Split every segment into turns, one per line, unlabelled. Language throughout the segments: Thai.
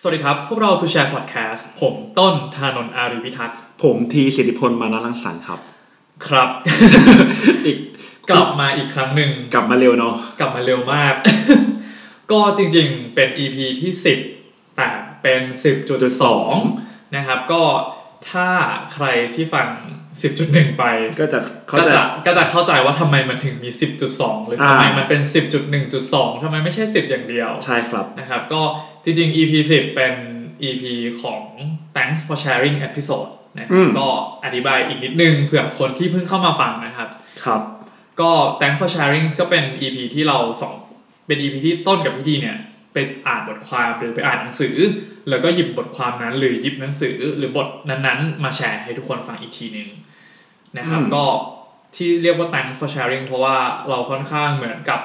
สวัสดีครับ พวกเราทูแชร์พอดแคสต์ผมต้นธานนท์อารีพิทักษ์
ผมทีสิทธิพลมานารังสรรค์ครับ
ครับ
อีก
กลับมาอีกครั้งหนึ่ง
กลับมาเร็วเนาะ
กลับมาเร็วมาก ก็จริงๆเป็น EP ที่ 10 แต่เป็น 10.2 นะครับ ก็ถ้าใครที่ฟัง 10.1 ไป
ก็จะเข้า
ก็
ใจ
จะก็จะเข้าใจว่าทำไมมันถึงมี 10.2 หรือทำไม
อ่ามั
มันเป็น 10.1.2ทำไมไม่ใช่ 10 อย่างเดียว
ใช่ครับ
นะครับก็จริงๆ EP 10 เป็น EP ของ Thanks for Sharing Episode นะครับ
อืม
ก็อธิบายอีกนิดนึงเผื่อคนที่เพิ่งเข้ามาฟังนะครับ
ครับ
ก็ Thanks for Sharing ก็เป็น EP ที่เราสองเป็น EP ที่ต้นกับพี่ทีเนี่ย ไปอ่านบทความหรือไปอ่านหนังสือ แล้วก็หยิบบทความนั้นหรือหยิบหนังสือหรือบทนั้นๆ มาแชร์ให้ทุกคนฟังอีกทีหนึ่งนะครับ
อืม
ก็ที่เรียกว่า Thanks for Sharing เพราะว่าเราค่อนข้างเหมือนกับ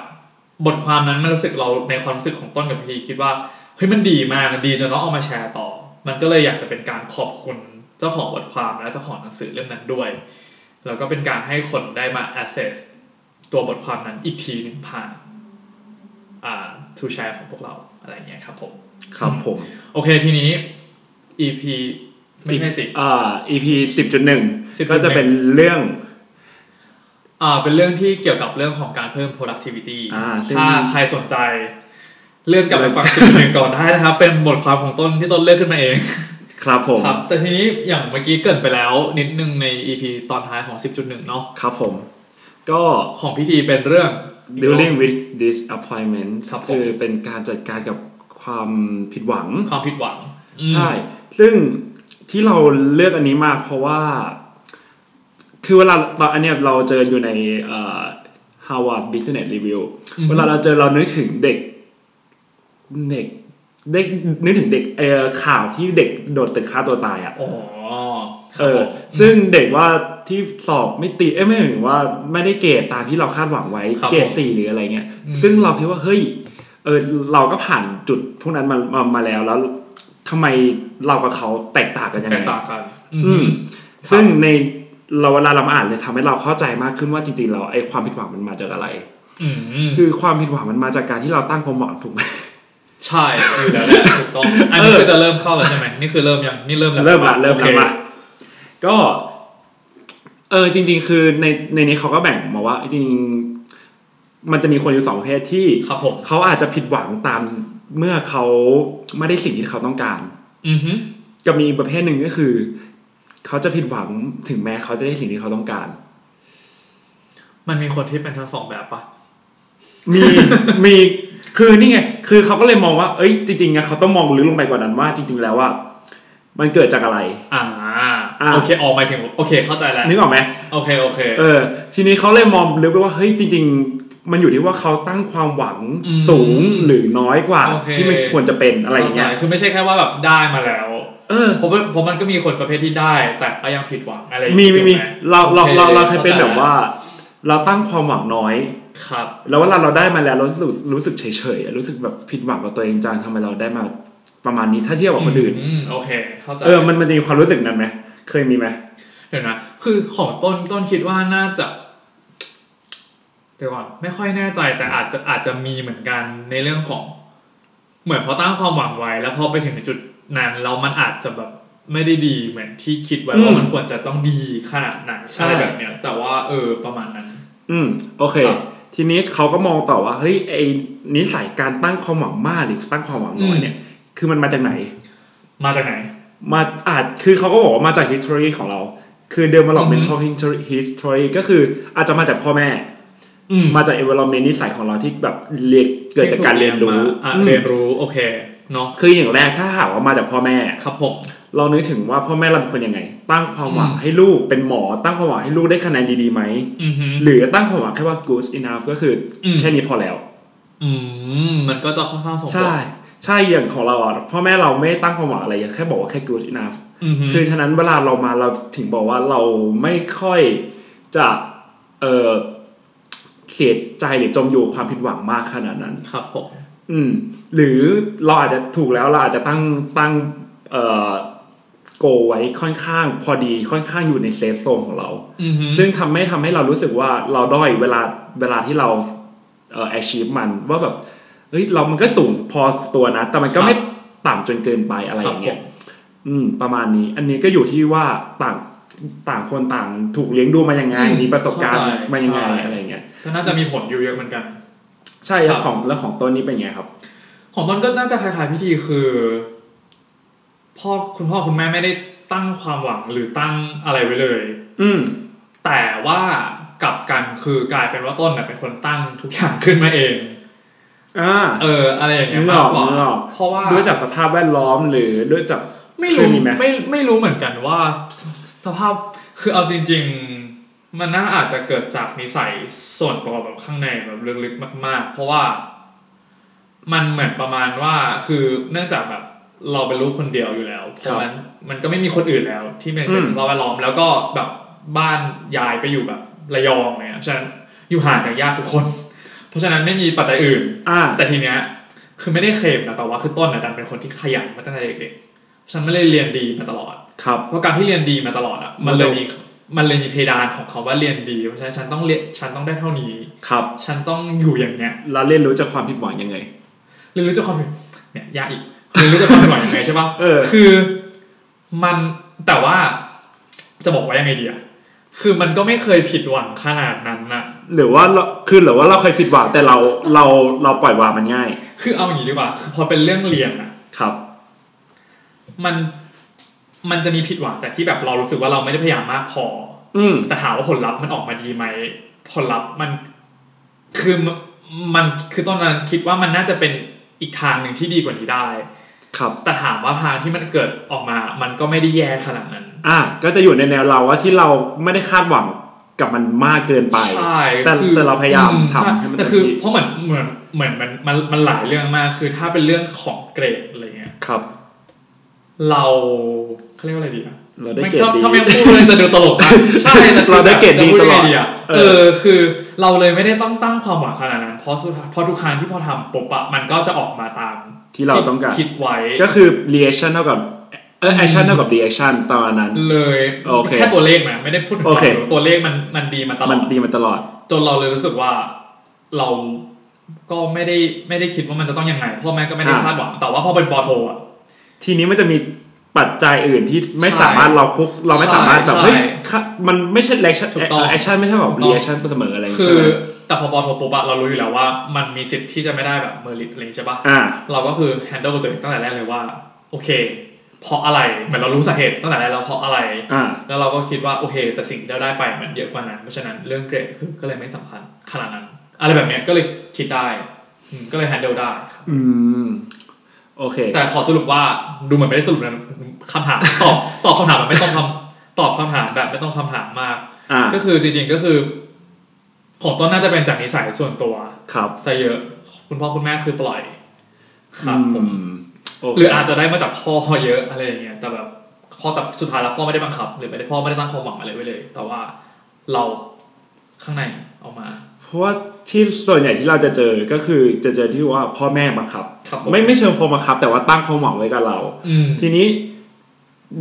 บทความนั้นมันรู้สึกเราในความรู้สึกของต้นกับพี่ทีคิดว่าเฮ้ยมันดีมากดีจนต้องเอามาแชร์ต่อ มันก็เลยอยากจะเป็นการขอบคุณเจ้าของบทความและเจ้าของหนังสือเล่มนั้นด้วย แล้วก็เป็นการให้คนได้มา access ตัวบทความนั้นอีกทีหนึ่งผ่านอ่าทูแชร์ของพวกเราอะไรอย่างเงี้ยครับผม
ครับผม
โอเคทีนี้ EP ไม่ใช่สิ
อ่า EP สิบจุดหนึ่ง
10.1
ก็จะเป็นเรื่อง
อ่าเป็นเรื่องที่เกี่ยวกับเรื่องของการเพิ่ม productivity
อ่าซึ่ง
ถ้าใครสนใจ เลื่อนกลับไปฟังสิบหนึ่งก่อนได้นะครับ เป็นบทความของต้นที่ต้นเลือกขึ้นมาเอง
ครับผม
ครับ แต่ทีนี้อย่างเมื่อกี้เกรินไปแล้ว นิดนึงใน EP ตอนท้ายของ 10.1 เนาะ
ครับผม ก็
ของพิธีเป็นเรื่อง
dealing with disappointment
ครับผม
คือเป็นการจัดการกับความผิดหวัง
ความผิดหวังอืม
ใช่ ซึ่งที่เราเลือกอันนี้มากเพราะว่า คือเวลาตอนอันเนี้ยเราเจออยู่ในเอ่อ Harvard Business Review
อือฮึ
เวลาเราเจอเรานึกถึงเด็กเด็กเด็กนึกถึงเด็กเออข่าวที่เด็กโดดตึกฆ่าตัวตายอ่ะ
อ๋อครับ
เออ
ผม
ซึ่งเด็กว่าที่สอบไม่ติดเอ้ยไม่หมายถึงว่าไม่ได้เกรดตามที่เราคาดหวังไว้
ครับ
เกรด
ผม
สี่หรืออะไรเงี้ย
อืม
ซึ่งเราคิดว่าเฮ้ย เออเราก็ผ่านจุดพวกนั้นมามามาแล้วแล้วทำไมเรากับเขาแตกต่างกันยัง
แต
ไง
กต่างกัน
อืม
ครับ
ซึ่งในเราเวลาเรามาอ่านเลยทำให้เราเข้าใจมากขึ้นว่าจริงๆเราไอ้ความผิดหวังมันมาจากอะไร
อืมอืม
คือความผิดหวังมันมาจากการที่เราตั้งความหวังถูกไหม
ใช่อยู่แล้วแหละถูกต้อง อันนี้คือจะเริ่มเข้าแล้วใช่ไหมนี่คือเริ่มยังนี่เริ่มแล้ว
เริ่มละเริ่ม
โอค
ละมาก็เออจริง ๆ คือในในนี้เขาก็แบ่งมาว่า จริงๆมันจะมีคนอยู่สองประเภทที่
ครับผม
เขาอาจจะผิดหวังตามเมื่อเขาไม่ได้สิ่งที่เขาต้องการ
อือฮึ
จะมีประเภทหนึ่งก็คือ เขาจะผิดหวังถึงแม้เขาจะได้สิ่งที่เขาต้องการ
มันมีคนที่เป็นทั้งสองแบบปะ
มี มีคือนี่ไงคือเขาก็เลยมองว่า เอ้ยจริงๆอะเขาต้องมองลึกลงไปกว่านั้นว่าจริง ๆ แล้วว่ามันเกิดจากอะไร
อ่า
อ่า
โอเคออกหมายถึงโอเคเข้าใจแล้ว
นึกออกไหม
โอเคโอเค
เออทีนี้เขาเลยมองลึกไปว่าเฮ้ยจริง ๆ มันอยู่ที่ว่าเขาตั้งความหวัง
อืม
สูงหรือน้อยกว่า
โอเค
ที่มันควรจะเป็นอะไรอย่างเงี้ย
ข้าใจคือไม่ใช่แค่ว่าแบบได้มาแล้ว
เออ
ผมผมมันก็มีคนประเภทที่ได้ แต่ก็ยังผิดหวังอะไรอย่าง
มี
งี้
มีมี
ถูกไห
เราเราเราเรา
โอ
เคยเป็นแบบว่า
ข้ใจ
เราตั้งความหวังน้อย
แล้วครับ
แล้วเวลาเราได้มาแล้วเรารู้สึกรู้สึกเฉยๆรู้สึกแบบผิดหวังกับตัวเองจังทำไมเราได้มาประมาณนี้ถ้าเทียบกับคนอื่น
อืมโอเค เข้าใจ
เออมันมันจะมีความรู้สึกนั้นไหมเคยมีไหม
เดี๋ยวนะ คือของต้นต้นคิดว่าน่าจะเดี๋ยวก่อนไม่ค่อยแน่ใจแต่อาจจะอาจจะมีเหมือนกันในเรื่องของ เหมือนพอตั้งความหวังไว้ แล้วพอไปถึงจุดนั้นแล้วมันอาจจะแบบไม่ได้ดีเหมือนที่คิดไว้ว่ามันควรจะต้องดีขนาดไหนอะไรแบบเนี้ย แต่ว่าเออประมาณนั้น
อืมโอเค
ครับ
ทีนี้เขาก็มองต่อว่าเฮ้ยไอ้นิสัยการตั้งความหวังมากหรือตั้งความหวังน้อยเนี่ย คือมันมาจากไหน
มาจากไหน
มาอาจคือเขาก็บอกว่ามาจาก history ของเรา คือ developmental history- history ก็คืออาจจะมาจากพ่อแม่
อืม
มาจาก environment นิสัยของเราที่แบบเรียนเกิดจากการเรียนรู้
อ่ะ
อืม
เรียนรู้โอเคเนาะ
คืออย่างแรกถ้าหากว่ามาจากพ่อแม่
ครับผม
เรานึกถึงว่าพ่อแม่เราเป็นคนยังไง ตั้งความหวัง
อืม
ให้ลูกเป็นหมอ ตั้งความหวังให้ลูกได้คะแนนดีๆไหม
อือหือ
หรือตั้งความหวังแค่ว่า good enough ก็คืออ
ม
แค่นี้พอแล้ว
อืมมันก็จะค่อนข้างส่งผล
ใช่ ใช่อย่างของเราอ่ะพ่อแม่เราไม่ได้ตั้งความหวังอะไรอย่างแค่บอกว่าแค่ good enough
อือหือ
คือฉะนั้นเวลาเรามาเราถึงบอกว่าเราไม่ค่อยจะเออเสียใจหรือจมอยู่กับความผิดหวังมากขนาดนั้น
ครับผม
อืม หรือเราอาจจะถูกแล้วเราอาจจะตั้งตั้งเอ่อโกไว้ค่อนข้างพอดีค่อนข้างอยู่ในเซฟโซนของเรา
อือหือ
ซึ่งทำให้ทำให้เรารู้สึกว่าเราด้อยเวลาเวลาที่เราเอ่อ achieve มันว่าแบบเฮ้ยเรามันก็สูงพอตัวนะ แต่มันก็ไม่ ต่ำจนเกินไปอะไร
ค
อ
รับ
ย่าง
ผ
เงี้ย
ม
อืมประมาณนี้ อันนี้ก็อยู่ที่ว่าต่างต่างคนต่างถูกเลี้ยงดูมายังไง
อืม
มีประสบการณ์
เข้าใจ
มายังไง
ใช่
อะไรอย่างเงี้ย
ก็น่าจะมีผลอยู่เยอะเหมือนกัน
ใช่แล้
ค
ว
รับ
ของแล้วของต้นนี้เป็นไงครับ
ของต้นก็น่าจะคล้ายๆพิธีคือพ่อคุณพ่อคุณแม่ไม่ได้ตั้งความหวังหรือตั้งอะไรไว้เลย
อืม
แต่ว่ากลับกันคือกลายเป็นว่าต้นน่ะเป็นคนตั้งทุกอย่างขึ้นมาเอง
อ่า
เออ อะไรอย่างเงี้ย
นึกออก
มาก
นึ
ก
กอ
ว่า
อก
เพราะว่า
ด้วยจากสภาพแวดล้อมหรือด้วยจาก
ไม่รู้
เคยมีไหม
ไม่ไม่รู้เหมือนกันว่าสสภาพคือเอาจริง ๆ มันน่าอาจจะเกิดจากนิสัยส่วนตัวแบบข้างในแบบลึกๆมาก ๆ เพราะว่า มันเหมือนประมาณว่าคือเนื่องจากแบบเราเป็นลูกคนเดียวอยู่แล้วเพ
ครั
ราะ
บ
มันมันก็ไม่มีคนอื่นแล้ว ที่เป็นเป็น
อืม
สภาพแวดล้อมแล้วก็แบบบ้านยายไปอยู่แบบระยองเนี่ยฉะนั้นอยู่ห่างจากญาติทุกคน เพราะฉะนั้นไม่มีปัจจัยอื่น
อ่า
แต่ทีเนี้ยคือไม่ได้เคลมนะแต่ว่าคือต้นนะดันเป็นคนที่ขยันมาตั้งแต่เด็กๆฉันไม่ได้เรียนดีมาตลอด
ครับ
เพราะการที่เรียนดีมาตลอดอ่ะมันเลยมีมันเลยมีเพดานของเขาว่าเรียนดีเพราะฉะนั้นฉันต้องเรียนฉันต้องได้เท่านี้
ครับ
ฉันต้องอยู่อย่างเนี้ย
แล้วเรียนรู้จากความผิดหวังยังไง
เรียนรู้จะความผิดเนี่ยยากอีกเรียนรู้จะความผิดหวังยังไงใช่ปะ
เออ
คือมันแต่ว่าจะบอกว่ายังไงดีอ่ะคือมันก็ไม่เคยผิดหวังขนาดนั้นน่ะ
หรือว่าเราคือหรือว่าเราเคยผิดหวังแต่เราเราเราปล่อยวางมันง่าย
คือเอาอย่างนี้ดีกว่าคือพอเป็นเรื่องเรียนอ่ะ
ครับ
มันมันจะมีผิดหวังจากที่แบบเรารู้สึกว่าเราไม่ได้พยายามมากพอ
อืม
แต่ถามว่าผลลัพธ์มันออกมาดีไหมผลลัพธ์มันคือมันมันคือตอนนั้นคิดว่ามันน่าจะเป็นอีกทางหนึ่งที่ดีกว่านี้ได้
ครับ
แต่ถามว่าทางที่มันเกิดออกมา มันก็ไม่ได้แย่ขนาดนั้น
อ่า ก็จะอยู่ในแนวเราว่าที่เราไม่ได้คาดหวังกับมันมากเกินไป
ใช่
แต่
คือ
แต่เราพยายาม
อื
ทำ
ช่
ให้มัน
แต่คือ
เต็มที่
เพราะเหมือนเหมือนเหมือนมันมันมันหลายเรื่องมากคือถ้าเป็นเรื่องของเกรดอะไรเงี้ย
ครับ
เราเขาเรียกว่าอะไรดีอะ
เราได้เกรดดี
ถ้าแม่งพูดเลยจะดูตล กนะใช่แต่คือ
เราได้เกรดดี
จะพู
ตลอด
ยังไงะ
เออ
เออ คือเราเลยไม่ได้ต้องตั้งความหวังขนาดนั้นเพราะสุดท้ายเพราะทุกครั้งที่พอทำปุ๊บอะมันก็จะออกมาตาม
ที่เราต้องการ
คิดไว้
ก็คือ reaction เท่ากับเออ action เท่ากับ reaction ตอนนั้น
เลย
โอเค
แค่ตัวเลขนะไม่ได้พูดถึง
โอเค
ความรู้ตัวเลขมันมันดีมาตล
มั
อน ด
ดีมาตลอด
จนเราเลยรู้สึกว่าเราก็ไม่ได้ไม่ได้คิดว่ามันจะต้องยังไงพ่อแม่ก็ไม่ได้
อ่า
คาดหวังแต่ว่าพอเป็นปอโทอะ
ทีนี้มันจะมีปัจจัยอื่นที่ไม่สามารถเราคุกเราไม่สามารถแบบ
ใช่
เฮ้ยค่ะมันไม่ใช่ reaction
ถูกต้อง
action ไม่ใช่แบบ reaction เสมออะไรอย่าง
คื
เงี้ย
อ
ใช่ไหม
แต่พอปอโทปุ๊บอะเรารู้อยู่แล้วว่า มันมีสิทธิ์ที่จะไม่ได้แบบเมอริตอะไรอย่างงี้ใช่ปะ
อ่า
เราก็คือ handle กับตัวเองตั้งแต่แรกเลยว่า โอเค เพราะอะไรเหมือนเรารู้สาเหตุตั้งแต่แรกแล้วเพราะอะไร
อ่า
แล้วเราก็คิดว่าโอเค แต่สิ่งที่เราได้ไปมันเยอะกว่านั้น เพราะฉะนั้นเรื่องเกรดคือก็เลยไม่สำคัญขนาดนั้น อะไรแบบเนี้ยก็เลยคิดได้อืมก็เลย handle ได้ครับ
อืม โอเค
แต่ขอสรุปว่าดูเหมือนไม่ได้สรุปนะคำถาม ตอบตอบคำถามแบบไม่ต้องคำตอบคำถามแบบไม่ต้องคำถามมาก
อ่า
ก็คือจริงๆก็คือ ของต้นน่าจะเป็นจากนิสัยส่วนตัว
ครับ
ซะเยอะคุณพ่อคุณแม่คือปล่อยครับผม
อืมโอเค
หรืออาจจะได้มาจากพ่อเยอะอะไรอย่างเงี้ยแต่แบบพ่อแต่สุดท้ายแล้วพ่อไม่ได้บังคับ หรือไม่ได้พ่อไม่ได้ตั้งความหวังอะไรไว้เลย แต่ว่าเราข้างในเอามา
เพราะว่าที่ส่วนใหญ่ที่เราจะเจอ ก็คือจะเจอที่ว่าพ่อแม่บังคับ
ครับผม
ไม่ไม่เชิงพ่อบังคับ แต่ว่าตั้งความหวังไว้กับเรา
อืม
ทีนี้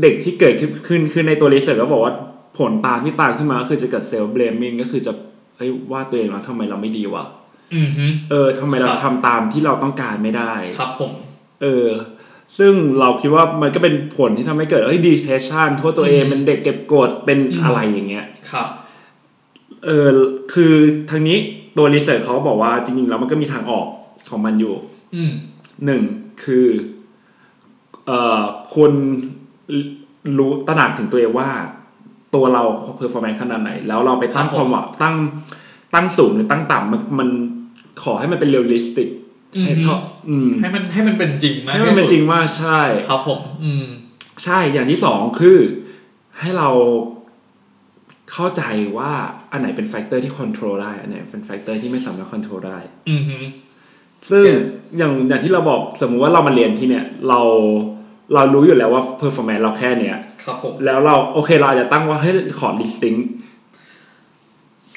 เด็กที่เกิดขึ้นขึ้นคือในตัวรีเสิร์ชก็บอกว่าผลตามที่ตามขึ้นมาก็คือจะเกิดเซลล์เบลมิงก็คือจะเฮ้ยว่าตัวเองว่าทำไมเราไม่ดีวะ
อืมฮึ
เออทำไมเราทำตามที่เราต้องการไม่ได้
ครับผม
เออ ซึ่งเราคิดว่ามันก็เป็นผลที่ทำให้เกิดเอ้ยดีเพชชันโทษตัวเอง
อืม
เป็นเด็กเก็บกดเป็น
อืม
อะไรอย่างเงี้ย
ครับ
เออคือทางนี้ตัวรีเสิร์ชเขาบอกว่าจริงๆแล้วมันก็มีทางออกของมันอยู่
อืม
หนึ่งคือเอ่อคนรู้ตระหนักถึงตัวเองว่า ตัวเราเพอร์ฟอร์แมนซ์ขนาดไหน แล้วเราไปตั้งความหวังตั้งตั้งสูงหรือตั้งต่ำมันมันขอให้มันเป็นเรียลลิสติก
อืม
ให้
ฮึ
เท่าอืม
ให้มันให้มันเป็นจริงมาก
ให้มันเป็นจริ
ที่สุ
งว่าใช่
ดครับผม อืม
ใช่อย่างที่สองคือให้เราเข้าใจว่าอันไหนเป็นแฟกเตอร์ที่ควบคุมได้ อันไหนเป็นแฟกเตอร์ที่ไม่สามารถควบคุมได้
อืมฮึ
ซึ่ง
Yeah.
อย่างอย่างที่เราบอกสมมุติว่าเรามาเรียนที่เนี่ย เราเรารู้อยู่แล้วว่าเพอร์ฟอร์แมนซ์เราแค่เนี้ย
ครับผม
แล้วเราโอเคเราอาจจะตั้งว่าเฮ้ยขอดิสติ้ง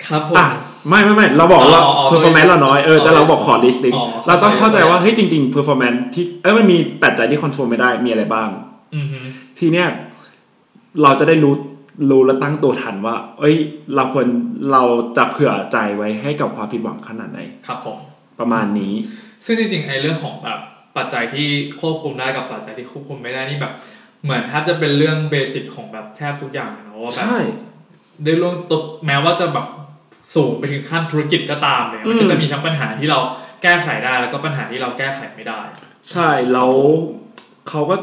ครับผม
อ่ะไม่ไม่ไม่เราบอกว่า
อ๋ออ๋อ
เพอร์ฟอร์แมนซ์เราน้อยเออแต่เราบอกขอดิสติ้ง
อ๋อ
เราต้องเข้าใจว่า
เข้าใจ
เฮ้ยจริงๆเพอร์ฟอร์แมนซ์ที่เอ้ยมันมีปัจจัยที่ควบคุมไม่ได้มีอะไรบ้าง
อืมฮึ
ทีเนี้ยเราจะได้รู้รู้และตั้งตัวทันว่า เอ้ย เราควรเราจะเผื่อใจไว้ให้กับความผิดหวังขนาดไหน
ครับผม
ประมาณนี้
ซึ่งจริงๆไอ้เรื่องของแบบ ปัจจัยที่ควบคุมได้กับปัจจัยที่ควบคุมไม่ได้นี่แบบ เหมือนแทบจะเป็นเรื่องเบสิกของแบบแทบทุกอย่างเลยเนอะว่าแบบ
ใช่
ได้ร่วมตกแม้ว่าจะแบบสูงไปถึงขั้นธุรกิจก็ตามเนี่ยมัน
อื
ก็
ม
จะมีทั้งปัญหาที่เราแก้ไขได้แล้วก็ปัญหาที่เราแก้ไขไม่ได้
ใช่แล้วเขาก็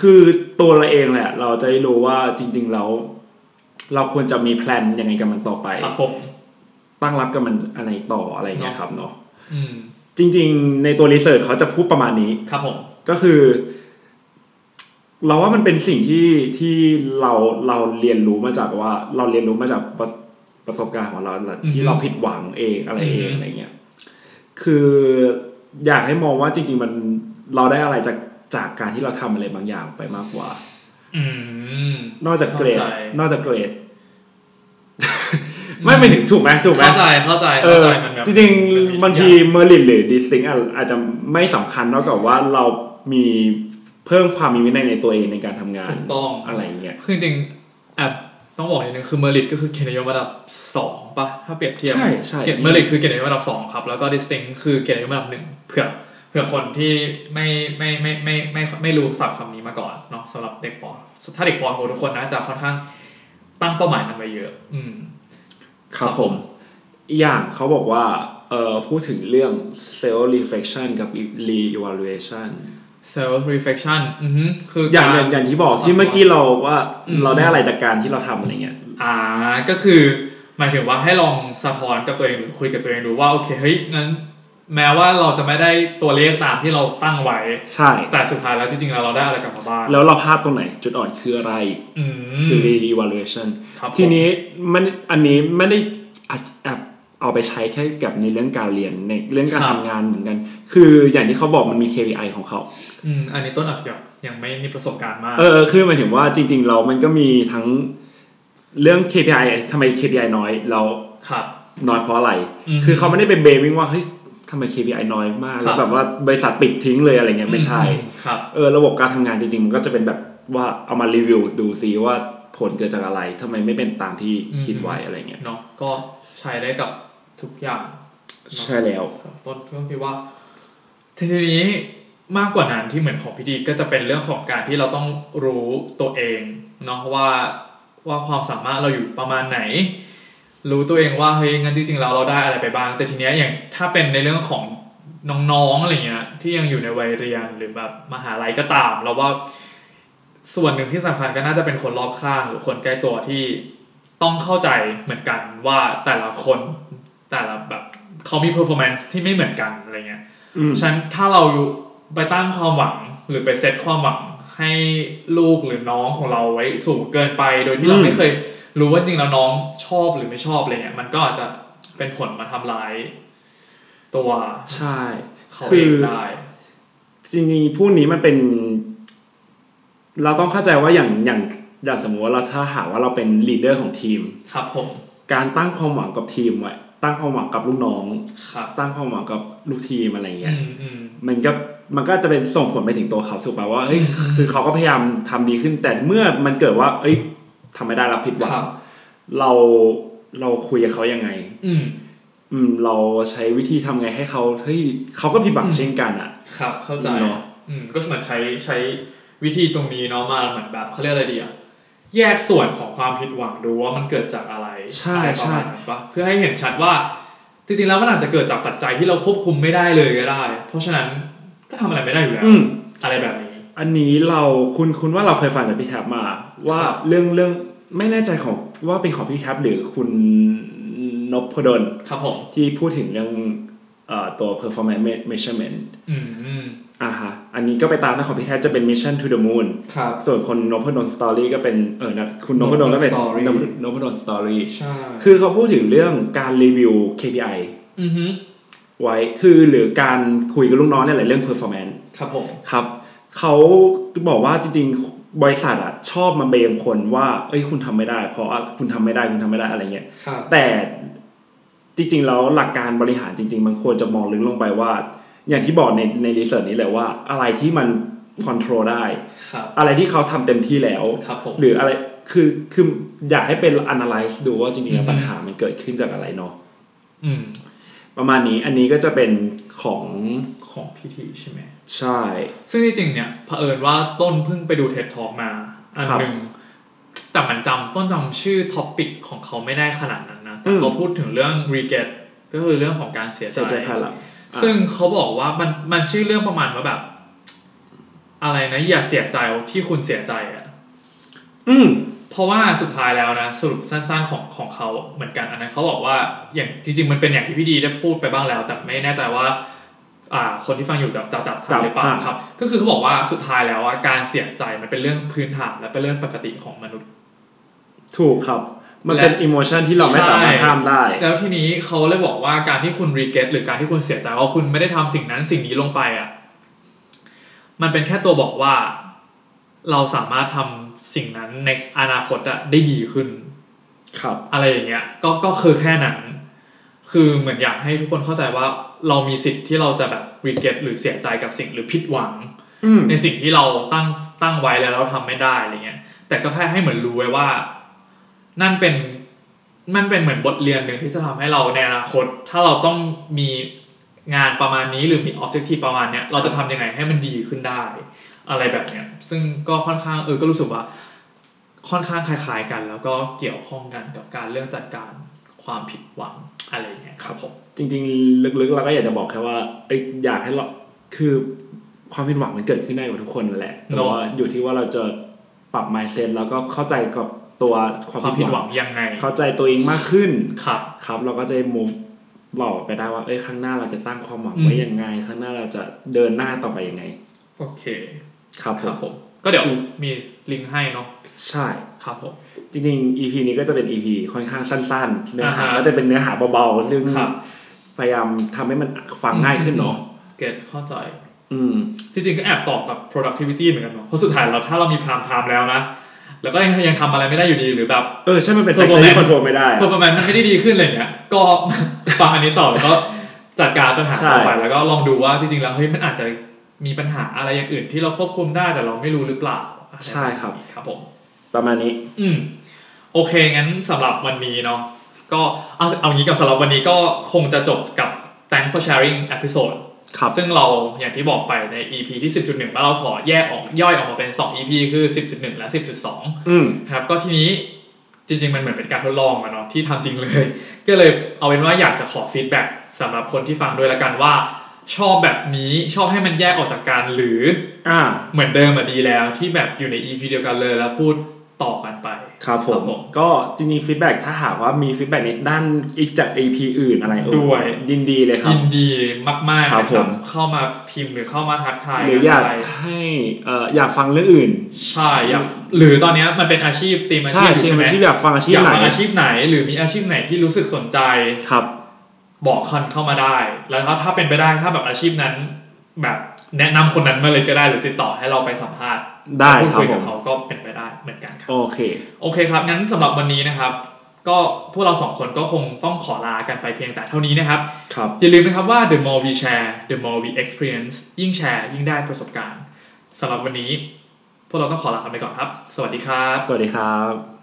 คือตัวเราเองแหละ เราจะได้รู้ว่าจริง ๆ แล้ว เราควรจะมีแพลนยังไงกับมันต่อไป
ครับผม
ตั้งรับกับมันอะไรต่ออะไรเงี้ยครับเนาะ
อืม
จริง ๆ ในตัวรีเสิร์ชเขาจะพูดประมาณนี้
ครับผม
ก็คือ เราว่ามันเป็นสิ่งที่ที่เราเราเรียนรู้มาจากว่า เราเรียนรู้มาจากประประสบการณ์ของเราที่เราผิดหวังเองอะไรเองอะไรเงี้ยคืออยากให้มองว่าจริง ๆ มันเราได้อะไรจากจากการที่เราทำอะไรบางอย่างไปมากกว่า
อืม
นอกจากเกรด
เข้าใจ
นอกจากเกรด ไม่ไม่ถึงถูกไหมถูกไหม
เข้าใจเข้าใจ
เอ
เข้า
อ
ใจมันแบบ
จริงๆบางทีเมอริ t หรือดิสติงอาจจะไม่สำคัญเท่ากับว่าเรามีเพิ่มความมีวินัยในตัวเองในการทำงาน
ถูกต้อง
อะไรอย่างเงี้ย
คือจริงๆแอบต้องบอกนิดนึงคือเมริตก็คือเกียรตินิยมระดับสองปะถ้าเปรียบเทียบ
ใช่ใช่
เกียรติเมริตคือเกียรตินิยมระดับสองครับแล้วก็ดิสติงคือเกียรตินิยมระดับหนึ่งเผื่อเผื่อคนที่ไม่ไม่ไม่ไม่ไม่ไม่ไม่รู้ศัพท์คำนี้มาก่อนเนาะสำหรับเด็กปอถ้าเด็กปอโหทุกคนนะจะค่อนข้างตั้งเป้าหมายกันไว้เยอะ อืม
ครับผมอีกอย่างเขาบอกว่าเออพูดถึงเรื่อง self reflection กับ reevaluation
self reflection อือฮึคือ
อ
อย่าง
อย่างอย่างที่บอกที่เมื่อกี้เราว่า
อืม
เราได้อะไรจากการที่เราทำอะไรเงี้ย
อ่าก็คือหมายถึงว่าให้ลองสะท้อนกับตัวเองหรือคุยกับตัวเองดูว่าโอเคเฮ้ยงั้น แม้ว่าเราจะไม่ได้ตัวเลขตามที่เราตั้งไว้
ใช่
แต่สุดท้ายแล้วจริงๆแล้วเราได้อะไรกลับมาบ้าง
แล้วเราพลาดตรงไหน จุดอ่อนคืออะไร
อืม
คือ reevaluation
ครับผม
ทีนี้มันอันนี้ไม่ได้อาจอาจเอาไปใช้แค่กับในเรื่องการเรียนในเรื่องการทำงานเหมือนกัน คืออย่างที่เขาบอกมันมี KPI ของเขา
อืมอันนี้ต้นอาจจะยังไม่มีประสบการณ์มาก
เออคือหมายถึงว่าจริง ๆ เรามันก็มีทั้งเรื่อง KPI ทำไม KPI น้อยเรา
ครับ
น้อยเพราะอะไร
อืม
คือเขาไม่ได้ไปเบมิ่งว่าเฮ้ยทำไม KPI น้อยมาก
ครั
แล้ว
บ
แบบว่าบริษัทปิดทิ้งเลยอะไรเงี้ยไม่ใช่
อืมครับ
เออระบบการทำงานจริงๆ มันก็จะเป็นแบบว่าเอามารีวิวดูซิว่าผลเกิดจากอะไรทำไมไม่เป็นตามที่คิดไว้อะไรเงี้ย
เนาะก็ใช้ได้กับทุกอย่าง
ใช่แล้ว
ต้นก็คิดว่าทีนี้มากกว่านั้นที่เหมือนของพิธีก็จะเป็นเรื่องของการที่เราต้องรู้ตัวเองเนาะว่าว่าความสามารถเราอยู่ประมาณไหน รู้ตัวเองว่าเฮ้ยงั้นจริงๆแล้วเราได้อะไรไปบ้าง แต่ทีเนี้ยอย่างถ้าเป็นในเรื่องของน้องๆอะไรเงี้ยที่ยังอยู่ในวัยเรียนหรือแบบมหาลัยก็ตามเราว่า ส่วนหนึ่งที่สำคัญก็น่าจะเป็นคนรอบข้าง หรือคนใกล้ตัวที่ต้องเข้าใจเหมือนกันว่าแต่ละคนแต่ละแบบเขามี performance ที่ไม่เหมือนกันอะไรเงี้ย
อืม
ฉะนันถ้าเราไปตั้งความหวังหรือไปเซตความหวังให้ลูกหรือน้องของเราไว้สูงเกินไป โดยที่เรา
อืม
ไม่เคยรู้ว่าจริงๆแล้วน้องชอบหรือไม่ชอบอะไรเงี้ยมันก็อาจจะเป็นผลมาทำร้ายตัว
ใช่
เขา
คื
เอง
อ
ได้
จริงๆพวกนี้มันเป็น เราต้องเข้าใจว่าอย่างอย่างอย่างสมมติว่าเราถ้าหากว่าเราเป็นลีดเดอร์ของทีม
ครับผม
การตั้งความหวังกับทีมไว้ตั้งความหวังกับลูกน้อง
ครับ
ตั้งความหวังกับลูกทีมอะไรเงี้
อื
ย
มอืม
มันก็มันก็จะเป็นส่งผลไปถึงตัวเขาถูกป่ะว่าเอ้ย
อืม
คือเขาก็พยายามทำดีขึ้น แต่เมื่อมันเกิดว่า เอ้ยทำไม่ได้รับผิดหวั
ค
ง
รับ
เราเราคุยกับเขายังไง
อืม
อืม เราใช้วิธีทำไงให้เขาเฮ้ยเขาก็ผิดหวังเช่นกันอ่ะ
ครับเข้าใจ
เนอะ
อืมก็เหมือนใช้ใช้วิธีตรงนี้เนาะมาเหมือนแบบเขาเรียกอะไรดีอะแยกส่วนของความผิดหวังดูว่ามันเกิดจากอะไร
ใช่
อะไรประ
ใช่
มาณนั้นปะเพื่อให้เห็นชัดว่า จริงๆแล้วมันอาจจะเกิดจากปัจจัยที่เราควบคุมไม่ได้เลยก็ได้ เพราะฉะนั้นก็ทำอะไรไม่ได้อยู่แล้ว
อืม
อะไรแบบนี้
อันนี้เราคุณคุณว่าเราเคยฟังจากพี่แท็บมา ว่า
ครับ
เรื่องเรื่องไม่แน่ใจของว่าเป็นของพี่แท็บหรือคุณนพดล
ครับผม
ที่พูดถึงเรื่องเอ่อตัว performance measurement
อืมอืม
อ่าฮะอันนี้ก็ไปตามนะของพี่แท็บจะเป็น mission to the moon
ครับ
ส่วนคนนพดล story ก็เป็นเออนะคุณนพดลก็เป็น
Story
นพนพดล story
ใช่
คือเขาพูดถึงเรื่องการรีวิว KPI
อือฮึ
ไว้คือหรือการคุยกับลูกน้องเนี่ยแหละเรื่อง performance
ครับผม
ครับเขาบอกว่าจริงๆบริษัทอะชอบมาเบมคนว่า เอ้ยคุณทำไม่ได้ เพราะคุณทำไม่ได้คุณทำไม่ได้อะไรเงี้ย
ครับ
แต่จริงๆแล้วหลักการบริหารจริง ๆ มันควรจะมองลึกลงไปว่า อย่างที่บอกในในรีเสิร์ชนี้แหละว่า อะไรที่มันควบคุมได้
ครับ
อะไรที่เขาทำเต็มที่แล้ว
ครับผม
หรืออะไรคือคืออยากให้เป็น analyze ดูว่าจริงๆแล้
อือ
ว
ฮึ
ปัญหามันเกิดขึ้นจากอะไรเนาะ
อืม
ประมาณนี้อันนี้ก็จะเป็นของข
ของ PT ใช่ไหม
ใช่
ซึ่งที่จริงเนี่ยเผอิญว่าต้นเพิ่งไปดูเท็ดทอกมา อัน
ครับ
หนึ่งแต่มันจำต้นจำชื่อท็อปิกของเขาไม่ได้ขนาดนั้นนะแต่
อืม
เขาพูดถึงเรื่อง regret ก็คือเรื่องของการเสียใจ
ใช่ใจพายหลัง อ่ะ
ซึ่งเขาบอกว่ามันมันชื่อเรื่องประมาณว่าแบบ อะไรนะ อย่าเสียใจที่คุณเสียใจอะ
อืม
เพราะว่าสุดท้ายแล้วนะ สรุปสั้นๆของของเขาเหมือนกันอันนั้นเขาบอกว่าอย่างจริงๆมันเป็นอย่างที่พี่ดีได้พูดไปบ้างแล้ว แต่ไม่แน่ใจว่า อ่า คนที่ฟังอยู่จับจับจับ
จับ
ทำหรือเปล่า
อ่ะ
ครับ ก็คือเขาบอกว่าสุดท้ายแล้วอะการเสียใจมันเป็นเรื่องพื้นฐานและเป็นเรื่องปกติของมนุษย์
ถูกครับ มันเป็น
และ
อิโมชันที่เราไม่สามารถ
ใช่
ห้ามได้
แล้วทีนี้เขาเลยบอกว่าการที่คุณรีเกตหรือการที่คุณเสียใจว่าคุณไม่ได้ทำสิ่งนั้นสิ่งนี้ลงไปอ่ะ มันเป็นแค่ตัวบอกว่า เราสามารถทำสิ่งนั้นในอนาคตอะได้ดีขึ้น
ครับ
อะไรอย่างเงี้ย ก็ก็คือแค่นั้นคือเหมือนอยากให้ทุกคนเข้าใจว่า เรามีสิทธิ์ที่เราจะแบบรีเกตหรือเสียใจกับสิ่งหรือผิดหวัง
อืม
ในสิ่งที่เราตั้งตั้งไว้แล้วเราทำไม่ได้อะไรเงี้ย แต่ก็แค่ให้เหมือนรู้ไว้ว่า นั่นเป็นมันเป็นเหมือนบทเรียนหนึ่งที่จะทำให้เราในอนาคต ถ้าเราต้องมีงานประมาณนี้หรือมีออบเจกตีประมาณเนี้ยเราจะทำยังไงให้มันดีขึ้นได้ อะไรแบบเนี้ย ซึ่งก็ค่อนข้างเออก็รู้สึกว่า ค่อนข้างคล้ายๆกัน แล้วก็เกี่ยวข้องกันกับการเรื่องจัดการความผิดหวังอะไรเงี้ยครับผม
จริงๆ ลึกๆ เราก็อยากจะบอกแค่ว่าเอ้ยอยากให้เรา คือความผิดหวังมันเกิดขึ้นได้กับทุกคนนั่นแหละ แต่ว่าอยู่ที่ว่าเราจะปรับ mindset แล้วก็เข้าใจกับตัวความ
ความ
ผิ
ผิ
ด
ด
ห
ห
วั
วั
ง
งยังไง
เข้าใจตัวเองมากขึ้น
ครับ
ครับ เราก็จะ move หล่อไปได้ว่า เอ้ย ข้างหน้าเราจะตั้งความหวังไว้ยังไง ข้างหน้าเราจะเดินหน้าต่อไปยังไง
โอเค
ครับผ
ครับ
ม
ผม ก็เดี๋ยว
จริง
มีลิงก์ให้เนาะ
ใช่
ครับผม
จริงๆ EP นี้ก็จะเป็น EP ค่อนข้างสั้นๆ เนื้อหา
อ่าฮะ
ก็จะเป็นเนื้อหาเบาๆ ซึ่ง
ครับ
พยายามทำให้มันฟังง่ายขึ้นเนาะ
เก็ตเข้าใจ
อืม
ที่จริงก็แอบตอบกับ productivity เหมือนกันเนาะเพราะสุดท้ายเราถ้าเรามีพรามไทม์แล้วนะ แล้วก็ยังยังทำอะไรไม่ได้อยู่ดีหรือแบบ
เออ ใช่ มันเป็นแฟกเตอ
Performance
ร์ที่คอนโทรลไม่ได้
เพอร์ฟอร์แมนซ์มันไม่ได้ดีขึ้นอะไรเงี้ย ก็ ฟังอันนี้ต่อแล้วก็จัดการปัญหา
ใช่
ต่อไปแล้วก็ลองดูว่าจริงๆแล้วเฮ้ยมันอาจจะมีปัญหาอะไรอย่างอื่นที่เราควบคุมได้แต่เราไม่รู้หรือเปล่าอะไร
ใช่ครับ
ครับผม
ประมาณนี้
อืมโอเค งั้นสำหรับวันนี้เนาะก็เอาเอางี้กับสำหรับวันนี้ก็คงจะจบกับ thanks for sharing episode
ครับ
ซึ่งเราอย่างที่บอกไปใน EP ที่ 10.1 แล้วเราขอแยกออกย่อยออกมาเป็น 2 EP คือ 10.1 และ 10.2
อืม
นะครับ ก็ทีนี้จริง ๆ มันเหมือนเป็นการทดลองอะเนาะที่ทำจริงเลย ก็เลยเอาเป็นว่าอยากจะขอฟีดแบ็กสำหรับคนที่ฟังด้วยละกันว่า ชอบแบบนี้ชอบให้มันแยกออกจากกันหรือ
อ่า
เหมือนเดิมอะดีแล้วที่แบบอยู่ใน EP เดียวกันเลยแล้วพูดต่อกันไป
ครับผ
ค
ม
รับผม
ก็จริงๆ ฟีดแบ็ถ้าหากว่ามีฟีดแบ็ในด้านอีกจาก EP อื่นอะไรเออ
ด้วย
ยินดีเลยครับ
ยินดีมากๆ
ครับ
นะครั
ผม
เข้ามาพิมพ์หรือเข้ามาทักทาย
หรืออยาก
นได้
ให้เอ่ออยากฟังเรื่องอื่น
ใช่อยากหรือตอนเนี้ยมันเป็นอาชีพตีมอา
ใช่
ชีพอยู่
ใช่
ใช่
ไห
ไหม
มอาชีพอยากฟังอาชีพ
อยาก
ไหน
ทำอาชีพไหนหรือมีอาชีพไหนที่รู้สึกสนใจ
ครับ
บอกคนเข้ามาได้ แล้วถ้าถ้าเป็นไปได้ถ้าแบบอาชีพนั้น แบบแนะนำคนนั้นมาเลยก็ได้หรือติดต่อให้เราไปสัมภาษณ์
ได้
พูด
ครับ
คุย
ผ
กับ
ม
เขาก็เป็นไปได้เหมือนกันครับ
โอเค
โอเคครับงั้นสำหรับวันนี้นะครับ ก็พวกเราสองคนก็คงต้องขอลากันไปเพียงแต่เท่านี้นะครับ
ครับ
อย่าลืมนะครับว่า the more we share the more we experience ยิ่งแชร์ ยิ่งได้ประสบการณ์สำหรับวันนี้ พวกเราต้องขอลากันไปก่อนครับ สวัสดีครับ
สวัสดีครับ